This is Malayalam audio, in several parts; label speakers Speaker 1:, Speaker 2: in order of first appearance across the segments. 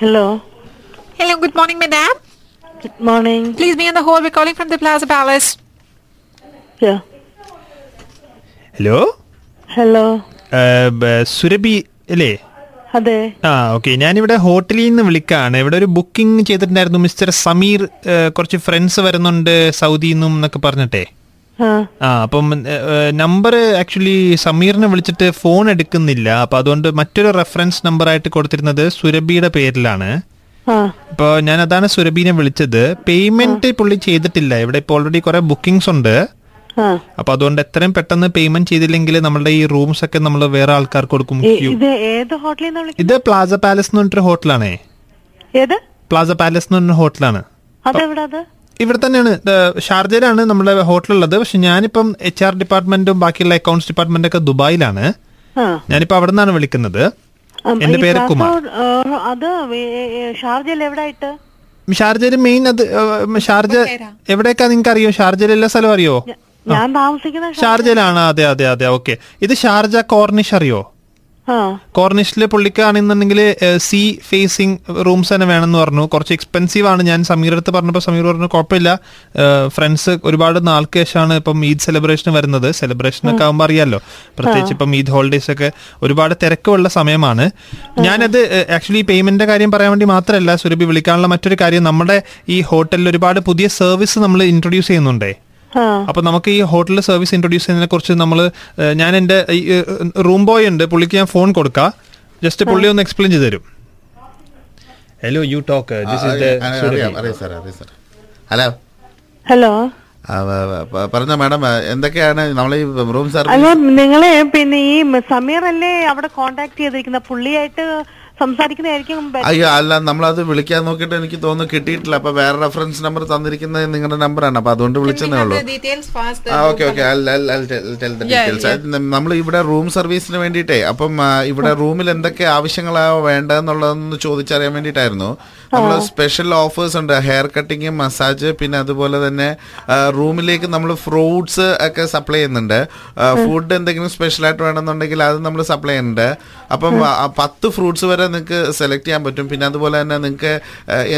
Speaker 1: Hello.
Speaker 2: Hello, good morning, madam.
Speaker 1: Good morning.
Speaker 2: Please be on the hold. We're calling from the Plaza Palace.
Speaker 1: Yeah.
Speaker 3: Hello
Speaker 1: hello
Speaker 3: ആ, ബ- സുരഭി അല്ലേ
Speaker 1: അതെ
Speaker 3: ആ ഓക്കെ ഞാനിവിടെ ഹോട്ടലിൽ നിന്ന് വിളിക്കാണ് ഇവിടെ ഒരു ബുക്കിംഗ് ചെയ്തിട്ടുണ്ടായിരുന്നു മിസ്റ്റർ സമീർ ഏ, കുറച്ച് ഫ്രണ്ട്സ് വരുന്നുണ്ട് സൗദിയിൽ നിന്നും എന്നൊക്കെ പറഞ്ഞിട്ടേ
Speaker 1: ആ
Speaker 3: ആ അപ്പം നമ്പർ ആക്ച്വലി സമീറിനെ വിളിച്ചിട്ട് ഫോൺ എടുക്കുന്നില്ല അപ്പം അതുകൊണ്ട് മറ്റൊരു റെഫറൻസ് നമ്പറായിട്ട് കൊടുത്തിരുന്നത് സുരഭിയുടെ പേരിലാണ്
Speaker 1: ആ
Speaker 3: ഇപ്പോൾ ഞാൻ അതാണ് സുരഭിനെ വിളിച്ചത് പേയ്മെൻറ്റ് പുള്ളി ചെയ്തിട്ടില്ല ഇവിടെ ഇപ്പോൾ ഓൾറെഡി കുറേ ബുക്കിങ്സ് ഉണ്ട്
Speaker 1: ആ
Speaker 3: അപ്പോൾ അതുകൊണ്ട് എത്രയും പെട്ടെന്ന് പേയ്മെന്റ് ചെയ്തില്ലെങ്കിൽ നമ്മളുടെ ഈ റൂംസ് ഒക്കെ നമ്മൾ വേറെ ആൾക്കാർക്ക് കൊടുക്കും
Speaker 1: ഏ,
Speaker 3: Queue.
Speaker 1: ഇത് ഏത് ഹോട്ടലിൽ നിന്ന് വിളിക്കുന്നത്
Speaker 3: ഇത് പ്ലാസ പാലസ് എന്ന് പറഞ്ഞിട്ടൊരു ഹോട്ടലാണേ
Speaker 1: ഏത്
Speaker 3: പ്ലാസ പാലസ് എന്ന് പറഞ്ഞ ഹോട്ടലാണ്
Speaker 1: അതെവിടെ അത്
Speaker 3: ഇവിടെ തന്നെയാണ് ഇത് ഷാർജയിലാണ് നമ്മുടെ ഹോട്ടലുള്ളത് പക്ഷെ ഞാനിപ്പം എച്ച് ആർ ഡിപ്പാർട്ട്മെന്റും ബാക്കിയുള്ള അക്കൗണ്ട്സ് ഡിപ്പാർട്ട്മെന്റ് ഒക്കെ ദുബായിലാണ്
Speaker 1: ആ
Speaker 3: ഞാനിപ്പോൾ അവിടെ നിന്നാണ് വിളിക്കുന്നത്
Speaker 1: ആ,
Speaker 3: എന്റെ
Speaker 1: ഈ
Speaker 3: പേര്
Speaker 1: Plaza
Speaker 3: കുമാർ
Speaker 1: Road, ആ, അത് വേ- ഏ, ഏ, ഷാർജയിൽ എവിടെ ആയിട്ട്
Speaker 3: ഷാർജയിൽ മെയിൻ അത് ഏഹ്, ഷാർജ എവിടെയൊക്കെ നിങ്ങൾക്ക് അറിയോ ഷാർജയിൽ എല്ലാ സ്ഥലവും അറിയോ
Speaker 1: ഞാൻ താമസിക്കുന്ന ഷാ-
Speaker 3: ഷാർജയിലാണ് അതെ അതെ അതെ ഓക്കെ ഇത് ഷാർജ കോർണിഷ് അറിയോ
Speaker 1: ആ
Speaker 3: കോർണിഷിൽ പുള്ളിക്കാണെന്നുണ്ടെങ്കിൽ സി ഫേസിങ് റൂംസ് തന്നെ വേണമെന്ന് പറഞ്ഞു കുറച്ച് എക്സ്പെൻസീവ് ആണ് ഞാൻ സമീറിന്റെ അടുത്ത് പറഞ്ഞപ്പോൾ സമീർ പറഞ്ഞു കുഴപ്പമില്ല ഫ്രണ്ട്സ് ഒരുപാട് നാൾക്ക് ശേഷമാണ് ഇപ്പം ഈദ് സെലിബ്രേഷൻ വരുന്നത് സെലിബ്രേഷൻ ഒക്കെ ആകുമ്പോൾ അറിയാമല്ലോ പ്രത്യേകിച്ച് ഇപ്പം ഈദ് ഹോളിഡേയ്സ് ഒക്കെ ഒരുപാട് തിരക്കുള്ള സമയമാണ് ഞാനത് ആക്ച്വലി പേയ്മെന്റിന്റെ കാര്യം പറയാൻ വേണ്ടി മാത്രമല്ല സുരഭി വിളിക്കാനുള്ള മറ്റൊരു കാര്യം നമ്മുടെ ഈ ഹോട്ടലിൽ ഒരുപാട് പുതിയ സർവീസ് നമ്മൾ ഇൻട്രൊഡ്യൂസ് ചെയ്യുന്നുണ്ടേ
Speaker 1: ആ
Speaker 3: അപ്പൊ നമുക്ക് ഈ ഹോട്ടലിൽ സർവീസ് ഇൻട്രൊഡ്യൂസ് ചെയ്യുന്നതിനെ കുറിച്ച് നമ്മൾ ഞാൻ എന്റെ റൂം ബോയ് ഉണ്ട് പുള്ളിക്ക് ഞാൻ ഫോൺ കൊടുക്കാം ജസ്റ്റ് പുള്ളി ഒന്ന് എക്സ്പ്ലെയിൻ ചെയ്ത് തരും ഹലോ യു ടോക്ക്
Speaker 4: ആ, അറിയാം, അറിയാം, അറിയാം സാർ അറിയാം സാർ ഹലോ
Speaker 1: ഹലോ
Speaker 4: ആ, വ- വ- പ- പറഞ്ഞോ മാഡം ആ, എന്തൊക്കെയാണ് നമ്മൾ ഈ റൂം സർവീസ്
Speaker 1: അല്ല നിങ്ങളെ പിന്നെ ഈ മ- സമീർ അല്ലേ അവിടെ കോണ്ടാക്ട് ചെയ്തിരിക്കുന്ന പുള്ളിയായിട്ട് സംസാരിക്കുന്നതായിരിക്കും ബെ-
Speaker 4: അയ്യോ അല്ല നമ്മളത് വിളിക്കാൻ നോക്കിയിട്ട് എനിക്ക് തോന്നുന്നു കിട്ടിയിട്ടില്ല അപ്പൊ വേറെ റെഫറൻസ് നമ്പർ തന്നിരിക്കുന്നത് നിങ്ങളുടെ നമ്പറാണ് അപ്പൊ അതുകൊണ്ട് വിളിച്ചെന്നേ ഉള്ളൂ
Speaker 2: details first.
Speaker 4: ആ ഓക്കെ ഓക്കെ നമ്മൾ ഇവിടെ റൂം സർവീസിന് വേണ്ടിയിട്ടേ അപ്പം ആ, ഇവിടെ റൂമിൽ എന്തൊക്കെ ആവശ്യങ്ങളാ വേണ്ടതെന്നുള്ളതെന്ന് ചോദിച്ചറിയാൻ വേണ്ടിയിട്ടായിരുന്നു നമ്മൾ സ്പെഷ്യൽ ഓഫേഴ്സ് ഉണ്ട് ഹെയർ കട്ടിങ് മസാജ് പിന്നെ അതുപോലെ തന്നെ ആ, റൂമിലേക്ക് നമ്മൾ ഫ്രൂട്ട്സ് ഒക്കെ സപ്ലൈ ചെയ്യുന്നുണ്ട് ആ, ഫുഡ് എന്തെങ്കിലും സ്പെഷ്യൽ ആയിട്ട് വേണമെന്നുണ്ടെങ്കിൽ അത് നമ്മൾ സപ്ലൈ ചെയ്യുന്നുണ്ട് അപ്പം ആ, ആ പത്ത് ഫ്രൂട്ട്സ് വരെ നിങ്ങൾക്ക് സെലക്ട് ചെയ്യാൻ പറ്റും പിന്നെ അതുപോലെ തന്നെ നിങ്ങൾക്ക്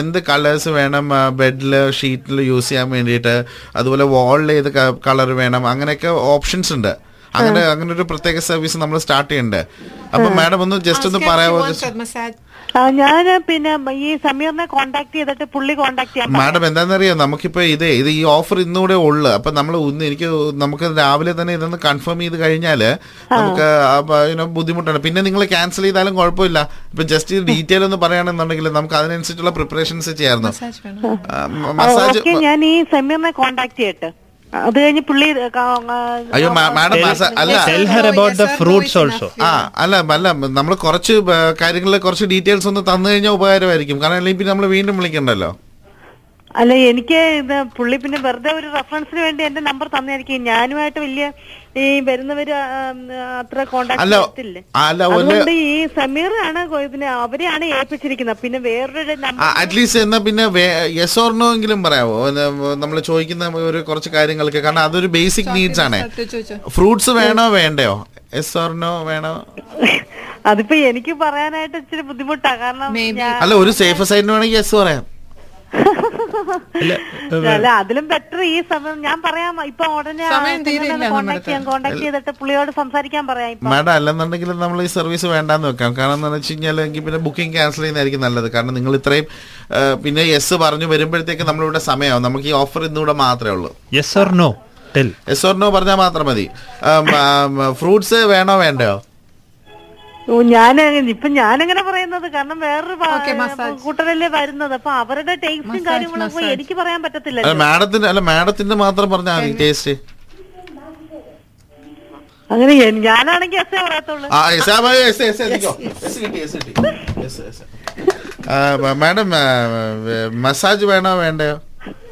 Speaker 4: എന്ത് കളേഴ്സ് വേണം ബെഡിൽ ഷീറ്റിൽ യൂസ് ചെയ്യാൻ വേണ്ടിയിട്ട് അതുപോലെ വാളിൽ ഏത് കളർ വേണം അങ്ങനെയൊക്കെ ഓപ്ഷൻസ് ഉണ്ട് അങ്ങനെ അങ്ങനെ ഒരു പ്രത്യേക സർവീസ് നമ്മൾ സ്റ്റാർട്ട് ചെയ്യുന്നുണ്ട് അപ്പം മാഡം ഒന്ന് ജസ്റ്റ് ഒന്ന് പറയാമോ
Speaker 1: ആ, ഞാൻ പിന്നെ ഈ സമീറിനെ കോണ്ടാക്ട് ചെയ്തിട്ട് പുള്ളി കോണ്ടാക്ട് ചെയ്യാൻ പറ-
Speaker 4: മാഡം എന്താണെന്നറിയോ നമുക്കിപ്പോ ഇതേ ഇത് ഈ ഓഫർ ഇന്നുകൂടെ ഉള്ളു അപ്പൊ നമ്മൾ ഒന്ന് എനിക്ക് നമുക്ക് രാവിലെ തന്നെ ഇതൊന്ന് കൺഫേം ചെയ്ത് കഴിഞ്ഞാല് നമുക്ക് ആ പ- you know, ബുദ്ധിമുട്ടാണ് പിന്നെ നിങ്ങൾ ക്യാൻസൽ ചെയ്താലും കുഴപ്പമില്ല ഇപ്പൊ ജസ്റ്റ് ഈ ഡീറ്റെയിൽ ഒന്ന് പറയുകയാണെന്നുണ്ടെങ്കിൽ നമുക്ക് അതിനനുസരിച്ചുള്ള പ്രിപ്പറേഷൻസ് ചെയ്യാമായിരുന്നു ആ, മ-
Speaker 1: ആ,
Speaker 4: മസാജ്
Speaker 1: ഓക്കെ ഞാൻ ഈ സമീറിനെ കോണ്ടാക്ട് ചെയ്യട്ടെ അത് കഴിഞ്ഞ് പുള്ളി ആ, ആ,
Speaker 4: അയ്യോ മാ- മാഡം മസാ- അല്ല
Speaker 3: tell her
Speaker 2: Oh,
Speaker 3: about the fruits also
Speaker 4: ആ അല്ല അല്ല നമ്മൾ കുറച്ച് കാര്യങ്ങളിൽ കുറച്ച് ഡീറ്റെയിൽസ് ഒന്ന് തന്നു കഴിഞ്ഞാൽ ഉപകാരമായിരിക്കും കാരണം അല്ലെങ്കിൽ പിന്നെ നമ്മൾ വീണ്ടും വിളിക്കണ്ടല്ലോ
Speaker 1: അല്ല എനിക്ക് ഇത് പുള്ളി പിന്നെ വെറുതെ ഒരു റെഫറൻസിന് വേണ്ടി എന്റെ നമ്പർ തന്നായിരിക്കും ഞാനുമായിട്ട് വലിയ ഈ വരുന്നവര് ആ, ആ, അത്ര കോണ്ടാക്ട്
Speaker 4: അല്ല
Speaker 1: ചെയ്യത്തില്ലേ
Speaker 4: അല്ല ഒരു
Speaker 1: അതുകൊണ്ട് ഈ സമീറാണ് കൊ- ഇതിനെ അവരെയാണ് ഏൽപ്പിച്ചിരിക്കുന്നത് പിന്നെ വേറൊരു നമ്പർ
Speaker 4: അറ്റ്ലീസ്റ്റ് എന്നാ പിന്നെ യെസ് ഓർണോ എങ്കിലും പറയാമോ നമ്മൾ ചോദിക്കുന്ന ഒരു കുറച്ച് കാര്യങ്ങൾക്ക് കാരണം അതൊരു ബേസിക് നീഡ്സ് ആണ് ഫ്രൂട്ട്സ് വേണോ വേണ്ടയോ യെസ് ഓർണോ വേണോ
Speaker 1: അതിപ്പോ എനിക്ക് പറയാനായിട്ട് ഇച്ചിരി ബുദ്ധിമുട്ടാ കാരണം ഞാൻ-
Speaker 4: അല്ല ഒരു സേഫ് സൈഡിന് വേണമെങ്കിൽ യെസ് പറയാം
Speaker 3: uh,
Speaker 1: അല്ല അതിലും ബെറ്റർ ഈ സമയം ഞാൻ പറയാം ഇപ്പൊ ഉടനെ കോണ്ടാക്ട് ചെയ്യാൻ കോണ്ടാക്ട് ചെയ്തിട്ട് പുള്ളിയോട് സംസാരിക്കാൻ പറയാം ഇപ്പൊ
Speaker 4: മാഡം അല്ലെന്നുണ്ടെങ്കിൽ നമ്മൾ ഈ സർവീസ് വേണ്ടാന്ന് വെക്കാം കാരണം എന്ന് വെച്ച് കഴിഞ്ഞാൽ എനിക്ക് പിന്നെ ബുക്കിംഗ് ക്യാൻസൽ ചെയ്യുന്നതായിരിക്കും നല്ലത് കാരണം നിങ്ങൾ ഇത്രയും ആ, പിന്നെ യെസ് പറഞ്ഞു വരുമ്പോഴത്തേക്ക് നമ്മളിവിടെ സമയമാവും നമുക്ക് ഈ ഓഫർ ഇന്നിവിടെ മാത്രമേ ഉള്ളൂ
Speaker 3: yes or no tell
Speaker 4: yes or no പറഞ്ഞാൽ മാത്രം മതി ഫ്രൂട്ട്സ് വേണോ വേണ്ടയോ
Speaker 1: ഓ, ഞാൻ ഇപ്പൊ ഞാനങ്ങനെ പറയുന്നത് കാരണം വേറൊരു വ- കൂട്ടരല്ലേ വരുന്നത് അപ്പൊ അവരുടെ ടേസ്റ്റും കാര്യങ്ങളും ഒക്കെ എനിക്ക് പറയാൻ പറ്റത്തില്ല
Speaker 4: അല്ല മാഡത്തിന്റെ അല്ല മാഡത്തിന്റെ മാത്രം പറഞ്ഞാൽ മതി ടേസ്റ്റ്
Speaker 1: അങ്ങനെ എൻ- ഞാനാണെങ്കിൽ എസ്സേ പറയാത്തുള്ളൂ
Speaker 4: ആ yes, ആ, മതി, yes, yes, yes, ഇരിക്കോ. Yes, കിട്ടി, yes, കിട്ടി. Yes, yes. ആ, മ- മാഡം ആ, വ- മസാജ് വേണോ വേണ്ടയോ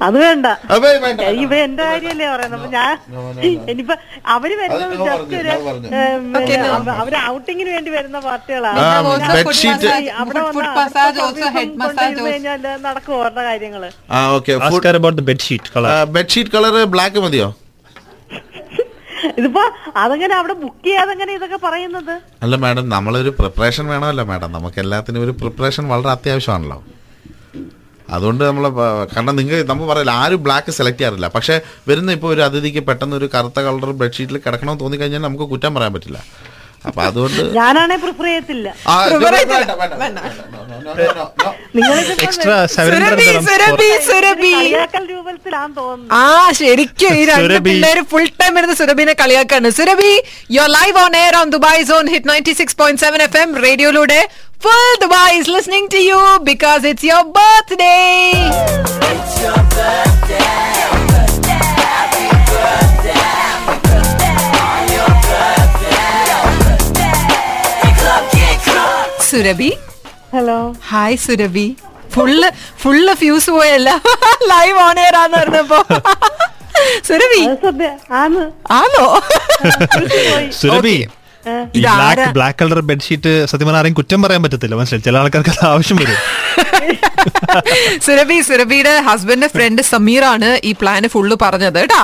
Speaker 1: അത് വേണ്ട
Speaker 4: അപ്പൊ വേണ്ട
Speaker 1: ഏ, ഇവ എന്റെ കാര്യല്ലേ പറയുന്നത് അപ്പൊ ഞാൻ ഇനിയിപ്പൊ അവര് വരുന്നത്
Speaker 4: അത് ഞാൻ
Speaker 1: ജസ്റ്റ് ഒരു
Speaker 4: പറഞ്ഞു, ഞാൻ
Speaker 1: ഏം, അവര് ഔട്ടിങ്ങിന് വേണ്ടി വരുന്ന പാർട്ടികളാണ്
Speaker 4: ആ,
Speaker 1: പിന്നെ
Speaker 4: bed
Speaker 1: food
Speaker 4: sheet.
Speaker 1: massage, അവിടെ
Speaker 5: Food
Speaker 1: വന്ന്
Speaker 5: massage
Speaker 1: അടുത്ത
Speaker 5: also,
Speaker 1: ദിവസം
Speaker 5: head massage
Speaker 1: കൊണ്ടിരുന്ന് കഴിഞ്ഞാല് നടക്കും അവരുടെ കാര്യങ്ങള്
Speaker 4: ആ okay
Speaker 3: ask her about the bedsheet colour
Speaker 4: bedsheet colour black മതിയോ
Speaker 1: ഇതിപ്പോ അതങ്ങനെ അവിടെ ബുക്ക് ചെയ്യാതെ അങ്ങനെ ഇതൊക്കെ പറയുന്നത്
Speaker 4: അല്ല മാഡം നമ്മളൊരു പ്രിപ്പറേഷൻ വേണമല്ലോ മാഡം നമുക്ക് എല്ലാത്തിനും ഒരു പ്രിപ്പറേഷൻ വളരെ അത്യാവശ്യമാണല്ലോ അതുകൊണ്ട് നമ്മൾ കാരണം നിങ്ങൾ നമ്മൾ പറയില്ല ആരും ബ്ലാക്ക് സെലക്ട് ചെയ്യാറില്ല പക്ഷേ വരുന്ന ഇപ്പോൾ ഒരു അതിഥിക്ക് പെട്ടെന്ന് ഒരു കറുത്ത കളർ ബെഡ്ഷീറ്റിൽ കിടക്കണമെന്ന് തോന്നിക്കഴിഞ്ഞാൽ നമുക്ക് കുറ്റം പറയാൻ പറ്റില്ല അപ്പൊ അതുകൊണ്ട്
Speaker 1: ഞാനാണേ പ്രിഫർ ചെയ്യത്തില്ല
Speaker 4: ആ, ഇത്
Speaker 2: Prefer
Speaker 4: വേണ്ട,
Speaker 2: ചെയ്തില്ല.
Speaker 4: വേണ്ട, വേണ്ട, വേണ്ട, no, no, no, no.
Speaker 3: Extra seven
Speaker 2: Surabhi Surabhi Surabhi
Speaker 1: കളിയാക്കൽ രൂപത്തിലാന്ന് തോന്നുന്നു
Speaker 2: ആ ശരിക്കും ഈ രണ്ട്
Speaker 3: സുരഭി.
Speaker 2: പിള്ളേര് ഫുൾ ടൈം ഇരുന്ന് സുരഭിനെ കളിയാക്കാണ് Surabhi your live on air on Dubai zone hit ninety six point seven F M റേഡിയോയിലൂടെ full Dubai is listening to you because it's your birthday Surabhi
Speaker 1: hello
Speaker 2: hi Surabhi full full fuse പോയല്ല ലൈവ് ഓൺ എയർ ആന്ന് പറഞ്ഞപ്പോ സുരഭി
Speaker 1: അത് സത്യ ആന്ന്
Speaker 2: ആണോ
Speaker 3: സുരഭി ഈ
Speaker 2: ഇതാരാ?
Speaker 3: ബ്ലാക്ക് ബ്ലാക്ക് കളർ ബെഡ്ഷീറ്റ് സത്യം പറഞ്ഞാൽ ആരെയും കുറ്റം പറയാൻ പറ്റത്തില്ല മനസ്സിലായി ചില ആൾക്കാർക്ക് അത് ആവശ്യം വരും
Speaker 2: സുരഭി സുരഭിയുടെ ഹസ്ബൻഡിന്റെ ഫ്രണ്ട് സമീറാണ് ഈ പ്ലാന് ഫുള്ള് പറഞ്ഞത് കേട്ടാ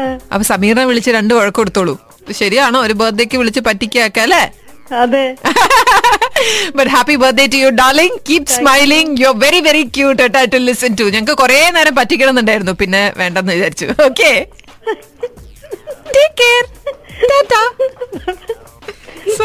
Speaker 1: ഏ,
Speaker 2: അപ്പൊ സമീറിനെ വിളിച്ച് രണ്ട് വഴക്ക് കൊടുത്തോളൂ ശരിയാണോ ഒരു ബർത്ത്ഡേക്ക് വിളിച്ച് പറ്റിക്കാക്ക അല്ലേ
Speaker 1: അതെ
Speaker 2: but happy birthday to you darling keep smiling you very very cute കേട്ടോ ടു ലിസൺ ടു ഞങ്ങൾക്ക് കുറെ നേരം പറ്റിക്കണമെന്നുണ്ടായിരുന്നു പിന്നെ വേണ്ടെന്ന് വിചാരിച്ചു ഓക്കെ ടേക്ക് കെയർ ടാറ്റാ